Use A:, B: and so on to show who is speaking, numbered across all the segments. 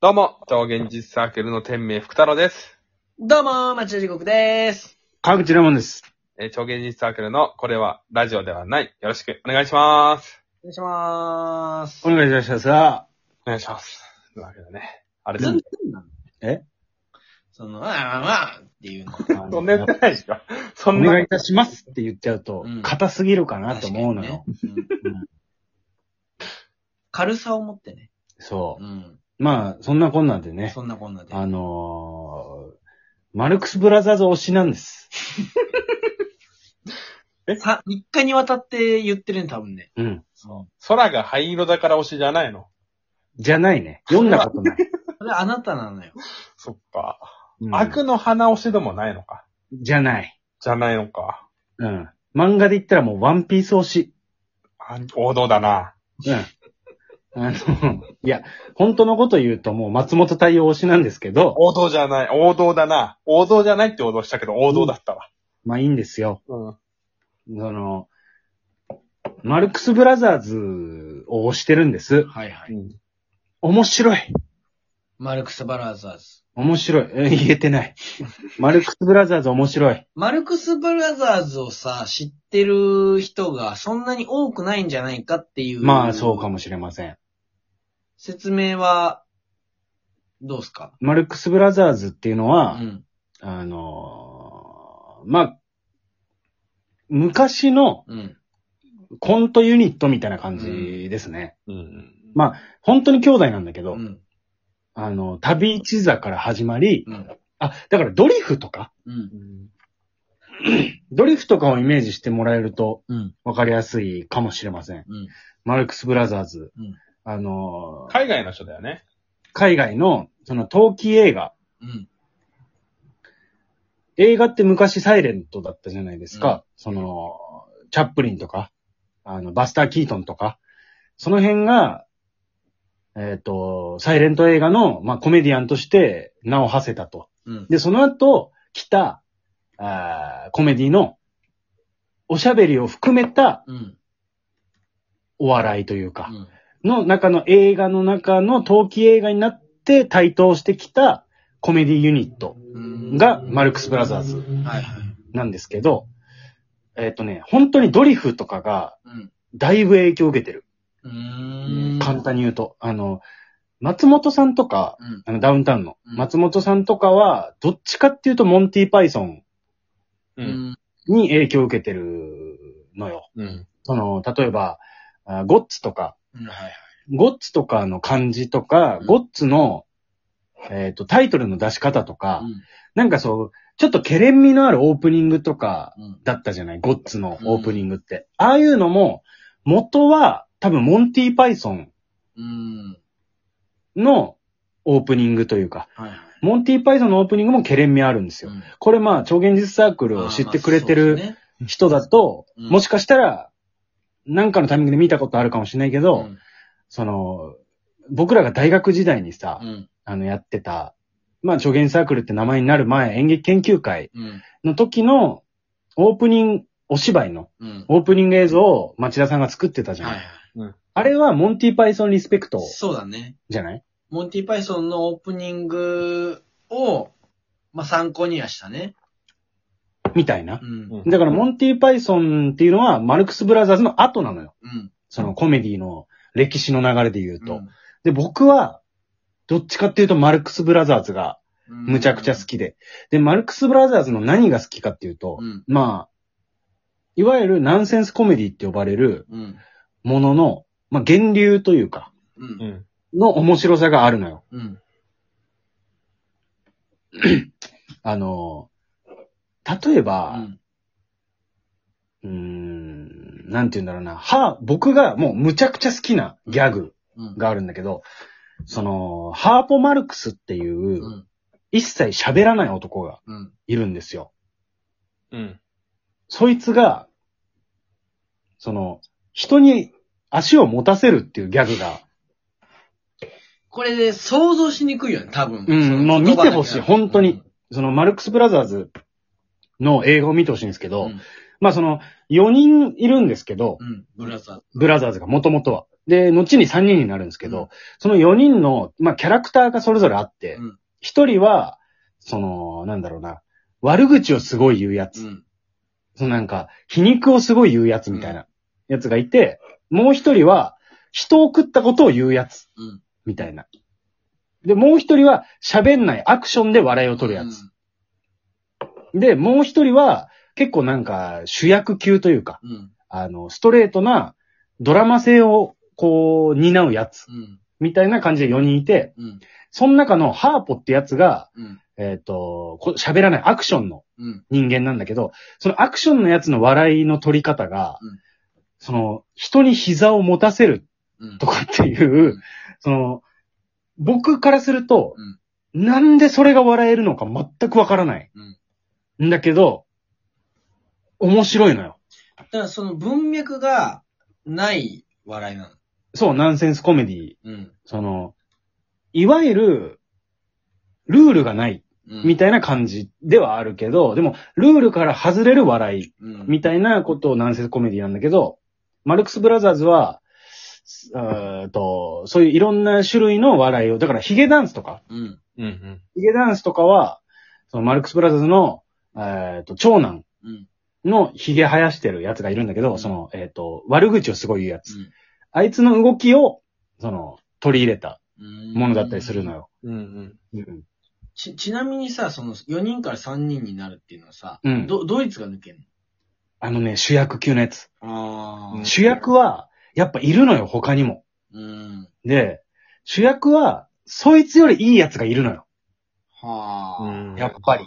A: どうも、超現実サークルの天命福太郎です。
B: どうもー、町田時刻でーす。
C: 川口レモンです。
A: えー超現実サークルのこれはラジオではない。よろしくお願いします。
B: お願いしまーす。
C: お願いいたしま す。さ
A: お願いします。というわけでね。あれ
B: ず
A: で
B: ん
A: す。
B: ずんなの
C: え
B: その、わあわあっていうの。
C: あ、
A: そんな言ってないでしょ。そ
C: お
A: んな。
C: 願いいたしますって言っちゃうと
B: うん、
C: 硬すぎるかなと思うのよ。
B: 確かにねうん
C: うん
B: 軽さを持ってね。
C: そうう。
B: ん。
C: まあ、そんなこんなんでね、
B: そんなこんなで。
C: あのー、マルクスブラザーズ推しなんです。
B: さ、3日にわたって言ってるね、多分ね。
C: うん。
B: そ
A: 空が灰色だから推しじゃないの。
C: じゃないね。読んだこ とない。
B: う。それあなたなのよ。
A: そっか。
C: うん
A: 悪の花推しでもないのか。
C: じゃない。
A: じゃないのか。
C: うん。漫画で言ったらもうワンピース推し。
A: あ王道だな。
C: うん。あの、いや、本当のこと言うともう松本太陽推しなんですけど、
A: 王道じゃない。王道だな。王道じゃないって王道したけど、王道だったわ。
C: まあいいんですよ。
A: うん。
C: その、マルクスブラザーズを推してるんです。
B: はいは
A: う
B: い。
A: ん。
C: 面白い。
B: マルクス・バラザーズ。
C: 面白い。え言え てない。マルクスブラザーズ面白い。
B: マルクス・ブラザーズをさ、知ってる人がそんなに多くないんじゃないかっていう。
C: まあ、そうかもしれません。
B: 説明は、どうすか
C: マルクスブラザーズっていうの
B: う
C: は、
B: ん。
C: あのーまあ、昔の
B: うん。
C: コントユニットみたいな感じですね。
A: うん。
C: ま本当に兄弟なんだけ
B: う
C: ど、
B: ん。
C: あの、旅一座から始まり、
B: うん。
C: あ、だからドリフとか、
B: うん。
C: ドリフとかをイメージしてもらえると
B: うん。
C: わかりやすいかもしれません。
B: うん。
C: マルクスブラザーズ。
B: うん
C: あのー
A: 海外の人だよね。
C: 海外の、その、陶器映画。
B: うん。
C: 映画って昔サイレントだったじゃないですか。その、チャップリンとか、あの、バスター・キートンとか、その辺が、えっ、と、サイレント映画の、まあ、コメディアンとして名を馳せたと。
B: うん。
C: で、その後、来た、あーコメディの、おしゃべりを含めた
B: うん。
C: お笑いというか、の中の映画の中の陶器映画になって台頭してきたコメディユニット
B: うん。
C: がマルクスブラザーズ。
B: はいはい。
C: なんですけど、えっ、とね、本当にドリフとかが
B: うん。
C: だいぶ影響を受けてる。
B: うーん。
C: 簡単に言うと。あの、松本さんとか、
B: うん。
C: あのダウンタウンの
B: うん
C: 松本さんとかは、どっちかっていうとモンティパイソン
A: う
B: う。ん。
C: に影響を受けてるのよ。
A: うん。
C: その、例えば、あゴッツとか、
B: うん。はい
C: ゴッツとかの感じとか、
B: うん
C: ゴッツの、えっ、と、タイトルの出し方とか、
B: はい。
C: なんかそう、ちょっとケレン味のあるオープニングとか、
B: うん。うん。
C: だったじゃないゴッツのオープニングって。ああいうのも、元は多分モンティパイソン
B: うん。
C: のオープニングというか、
B: はいはい。
C: モンティパイソンのオープニングもケレン味あるんですよ。
B: うん
C: これまあ、超現実サークルを知ってくれてる人だと、
B: うん
C: もしかしたら、なんかのタイミングで見たことあるかもしれないけ
B: あ
C: ど、
B: ーまあそうですね
C: その、僕らが大学時代にさ、
B: うん。
C: あの、やってた、まあ、超現実サークルって名前になる前、演劇研究会
B: うん。
C: の時のオープニング、お芝居の
B: うん。
C: オープニング映像を町田さんが作ってたじゃ
B: は
C: ない、
B: いはい。
C: あれはモンティパイソンリスペクト
B: そうだね。
C: じゃない
B: モンティパイソンのオープニングを、まあ、参考にはしたね。
C: みたいな
B: う。ん。
C: だからモンティパイソンっていうのはマルクスブラザーズの後なのよ。
B: うん。
C: そのコメディの歴史の流れで言うと。
B: うん
C: で、僕は、どっちかっていうとマルクスブラザーズがむちゃくちゃ好。きで。で、マルクスブラザーズの何が好きかっていうと、
B: うん。
C: まあ、いわゆるナンセンスコメディって呼ばれる
B: うん。
C: ものの、まあ、源流というか、
B: う。
A: うんん。
C: の面白さがあるのよ。
B: うん。
C: あの、例え
B: う
C: ば、
B: ん。
C: うーん、なんて言うんだろうな、は、僕がもうむちゃくちゃ好きなギャグ
B: うん。
C: があるんだけど、その、ハーポ・マルクスっていうう、
B: ん。
C: 一切喋らない男が
B: うん。
C: いるんですよ。
A: うん。
C: そいつが、その、人に足を持たせるっていうギャグが、
B: これで想像しにくいよね、多分。
C: うん
B: その
C: もう見てほし
B: 言葉だ
C: い
B: け
C: 本当に。そのマルクス・ブラザーズの映画を見てほしいんですけ
B: う
C: ど、
B: ん。
C: まあその、4人いるんですけど、
B: うん。ブラザー。
C: ブラザーズがもともとは。で、後に3人になるんですけど、
B: うん
C: その4人の、まあ、キャラクターがそれぞれあって
B: うん、
C: 一、人は、その、なんだろうな、悪口をすごい言うやつ。
B: うん。
C: そのなんか、皮肉をすごい言うやつみたいな、やつがいて、もう一人は、人を食ったことを言うやつ、
B: うん。
C: みたいな。で、もう一人は、喋んないアクションで笑いを取るやつ。で、もう一人は、結構なんか、主役級というか、
B: うん。うん。
C: あの、ストレートな、ドラマ性を、こう、担うやつ、
B: うん。
C: みたいな感じで4人いて、
B: うん。
C: その中のハーポってやつが、
B: うん。
C: えっ、と、こ喋らないアクションの
B: うん。
C: 人間なんだけど、そのアクションのやつの笑いの取り方が、
B: うん
C: その、人に膝を持たせる
B: うん。
C: とかっていう、
B: うん
C: その、僕からすると、
B: うん
C: なんでそれが笑えるのか全くわからない。んだけど、面白いのよ。
B: だからその文脈がない笑いなの。
C: そう、ナンセンスコメディ。
B: うん。
C: その、いわゆる、ルールがない、
B: うん
C: みたいな感じではあるけど、でも、ルールから外れる笑い
B: うん。
C: みたいなことをナンセンスコメディなんだけど、マルクス・ブラザーズは、うーんと、そういういろんな種類の笑いを、だからヒゲダンスとか、
B: うん。
A: うんうん。
C: ヒゲダンスとかは、そのマルクス・ブラザーズの、えっ、と、長男
B: うん。
C: のヒゲ生やしてるやつがいるんだけど、その、えっ、と、悪口をすごい言うやつ。
B: うん
C: あいつの動きを、その、取り入れたものだったりするの
B: よ。
C: よ。
A: うんうん。
C: うん。
B: ち、ちなみにさ、その4人から3人になるっていうのはさ、
C: うん。
B: ど、ドイツが抜けんの
C: あのね、主役級のやつ。
B: あ
A: ー
C: 主役は、やっぱいるのよ、他にも。
B: うん。
C: で、主役は、そいつよりいいやつがいるのよ。
B: はあ。
A: うん
C: やっぱ
B: はい
C: り。
B: はいは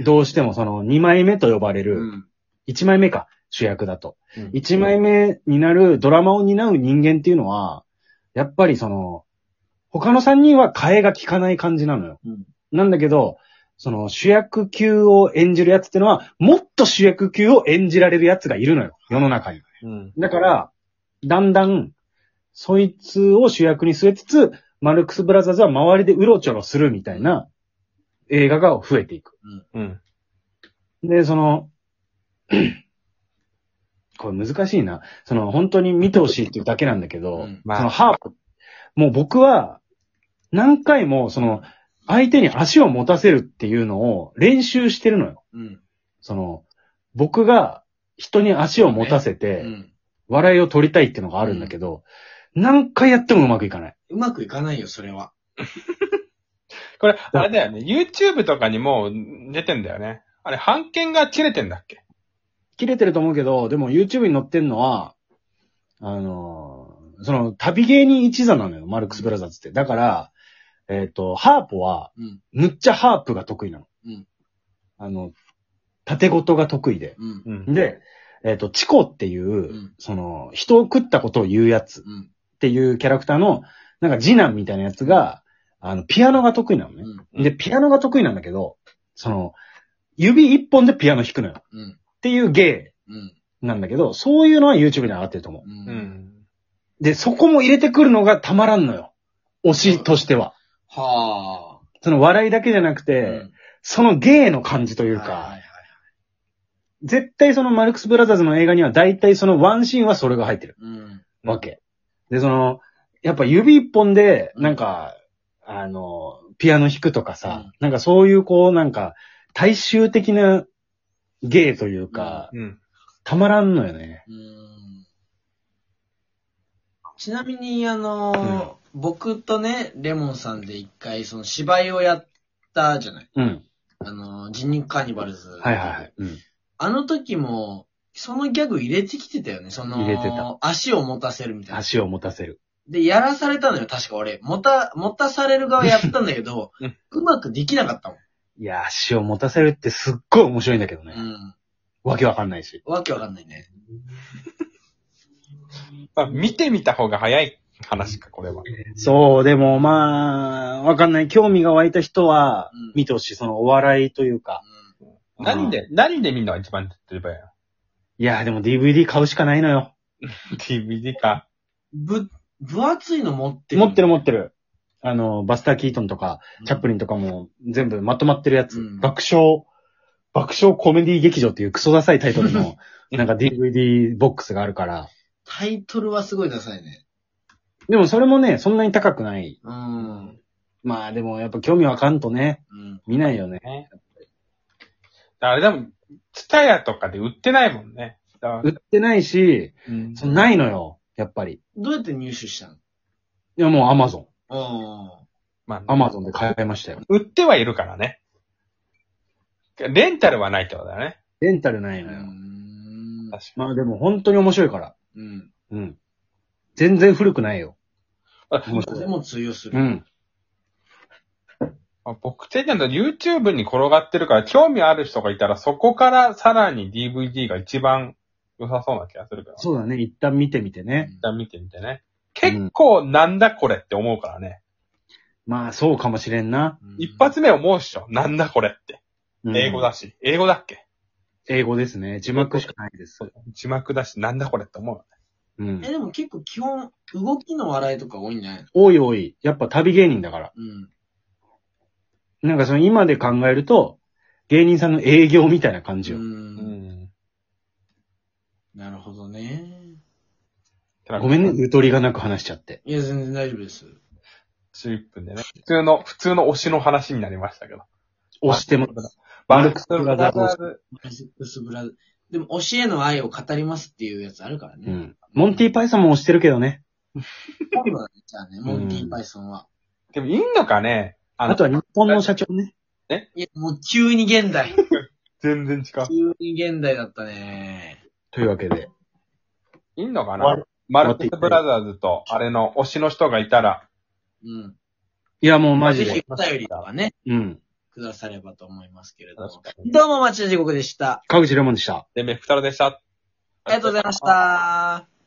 B: い。
C: どうしてもその、2枚目と呼ばれ
B: う
C: る、
B: ん。
C: 1枚目か、主役だと。
A: うん
C: 1枚目になる、ドラマを担う人間っていうのは、やっぱりその、他の3人は替えが効かない感じなのよ。
B: うん
C: なんだけど、その主役級を演じるやつってのは、もっと主役級を演じられるやつがいるのよ、世の中に。
A: うん。
C: だから、だんだん、そいつを主役に据えつつ、マルクス・ブラザーズは周りでうろちょろするみたいな映画が増えていく。
A: うん。
C: で、その、これ難しいな。その、本当に見てほしいっていうだけなんだけ
B: う
C: ど、
B: ん
A: まあ
C: そのハープ、もう僕は、何回も、その、相手に足を持たせるっていうのを練習してるのよ。
B: うん。
C: その、僕が人に足を持たせ
B: う
C: て、
B: ん。
C: 笑いを取りたいっていうのがあるんだけど、何回やってもうまくいかない。
B: うまくいかないよ、それは。
A: これ、あれだよね。YouTube とかにも出てんだよね。あれ、版権が切れてんだっけ
C: 切れてると思うけど、でも YouTube に載ってんのは、あのーその、旅芸人一座なのよ、マルクス・ブラザーズって。だから、えっ、と、ハープは、
B: うん。
C: むっちゃハープが得意なの。
B: うん
C: あの、縦ごとが得意で。
B: うん。
A: うん。
C: で、えっ、と、チコっていう、
B: ん
C: その、人を食ったことを言うやつっ
B: うん。
C: ていうキャラクターの、なんか次男みたいなやつが、あの、ピアノが得意なのね
B: う。ん。
C: で、ピアノが得意なんだけど、その、指一本でピアノ弾くのよ。っ
B: うん。
C: ていう芸
B: うん。
C: なんだけど、そういうのは YouTube に上がってると思
B: うん
A: う。ん。
C: う。で、そこも入れてくるのがたまらんのよ。推しとしては。
B: はあ。
C: その笑いだけじゃなくて、
B: うん
C: その芸の感じというか、
B: はいはいはい
C: 絶対そのマルクス・ブラザーズの映画には大体そのワンシーンはそれが入ってる
B: うん。
C: わけ。で、その、やっぱ指一本で、なんか、あの、ピアノ弾くとかさ、
B: うん
C: なんかそういうこう、なんか、大衆的な芸というか、
A: うん。
C: たまらんのよね。
B: うんちなみに、あのー僕とね、レモンさんで一回、その芝居をやったじゃない。
C: うん。
B: あのー、人肉カーニバルズ。
C: はいはいはい。うん。
B: あの時も、そのギャグ入れてきてたよね。その、
C: 入れてた
B: 足を持たせるみたいな。
C: 足を持たせる。
B: で、やらされたのよ、確か俺。持た、持たされる側やったんだけど
A: うん、
B: うまくできなかったもん。
C: いや、足を持たせるってすっごい面白いんだけどね。
B: うん。
C: わけわかんないし。
B: わけわかんないね。
A: まあ、見てみた方が早い話か、これは。
C: そう、でもまあ、わかんない。興味が湧いた人は
B: うん、
C: 見てほしい。そのお笑いというか。
A: 何で、何で見るのが一番手っ取り早いの
C: いや、でも DVD 買うしかないのよ。
A: ?DVD か。
B: うん。ぶ、分厚いの持ってる。
C: 持ってる持ってる。あの、バスター・キートンとか、
B: うん。
C: チャップリンとかも全部まとまってるやつ。
B: うん
C: 爆笑、爆笑コメディ劇場っていうクソダサ いタイトルの、なんか DVD ボックスがあるから。
B: タイトルはすごいダサいね。
C: でもそれもね、そんなに高くない。
B: うん。
C: まあでもやっぱ興味わかんとね、
B: うん。
C: 見ないよね。
A: あれでも、ツタヤとかで売ってないもんね。だから
C: 売ってないし、
A: うん
C: そのないのよ、やっぱり。
B: どうやって入手したの
C: いやもうアマゾン。
B: あ
A: まあね
C: アマゾンで買いましたよ。
A: 売ってはいるからね。レンタルはないってことだね。
C: レンタルない
B: あ。う
C: のよ。
B: ん。
A: 確か
C: まあでも本当に面白いから。
B: うん。
C: うん。全然古くないよ。
A: に
C: 面
B: そ
C: 白
B: れ
C: い。
B: も通用す
C: う
B: る。
C: ん。
A: あ。僕的には YouTube に転がってるから、興味ある人がいたら、そこからさらに DVD が一番良さそうな気がするから。
C: そうだね。一旦見てみてね。
A: 一旦見てみてね。結構なんだこれって思うからね。
C: まあそうかもしれんな。
B: うん
A: 一発目思うっしょ。なんだこれって。
C: うん
A: 英語だし。英語だっけ
C: 英語ですね。字幕しかないです。
A: 字幕だし、なんだこれって思う。
C: うん
B: え、。でも結構基本、動きの笑いとか多いんじゃない
C: おいおい。やっぱ旅芸人だから。
B: うん。
C: なんかその今で考えると、芸人さんの営業みたいな感じよ。
B: うん。
A: ん。
B: なるほどね。
C: ごめんね。。ゆとりがなく話しちゃって。
B: いや、全然大丈夫です。
A: 11分でね。普通の、普通の推しの話になりましたけど。
C: 押しても。
A: バ
C: バ
A: ル
C: ル
A: ク
C: ク
A: ス
C: ス
A: ブ
C: ブ
A: ラ
C: ラ
A: ザ
C: ザ
A: ー
C: ー
A: ズ。
B: マジックスブラでも、推しへの愛を語りますっていうやつあるからね。
C: うん。モンティパイさんも押してるけどね。
B: 今度はね、じゃあね、モンティーパイソンは。
A: でもいいのかねあ
C: あとは日本の社長ね。
B: いや、もう急に現代。
A: 全然違う。
B: 急に現代だったね。
C: というわけで。
A: いいのか
C: 終わ
A: なマルクスブラザーズと、あれの推しの人がいたら、
B: うん。
C: いやもうマジ
B: ぜひ
C: で。
B: お便りとかね、
C: うん。
B: くださればと思いますけれども
A: 確。かに。
B: どうも、町田地獄でした。
C: 川口レモンでした。
A: で、メフタルでした。あ
B: ありがとうございまし。た。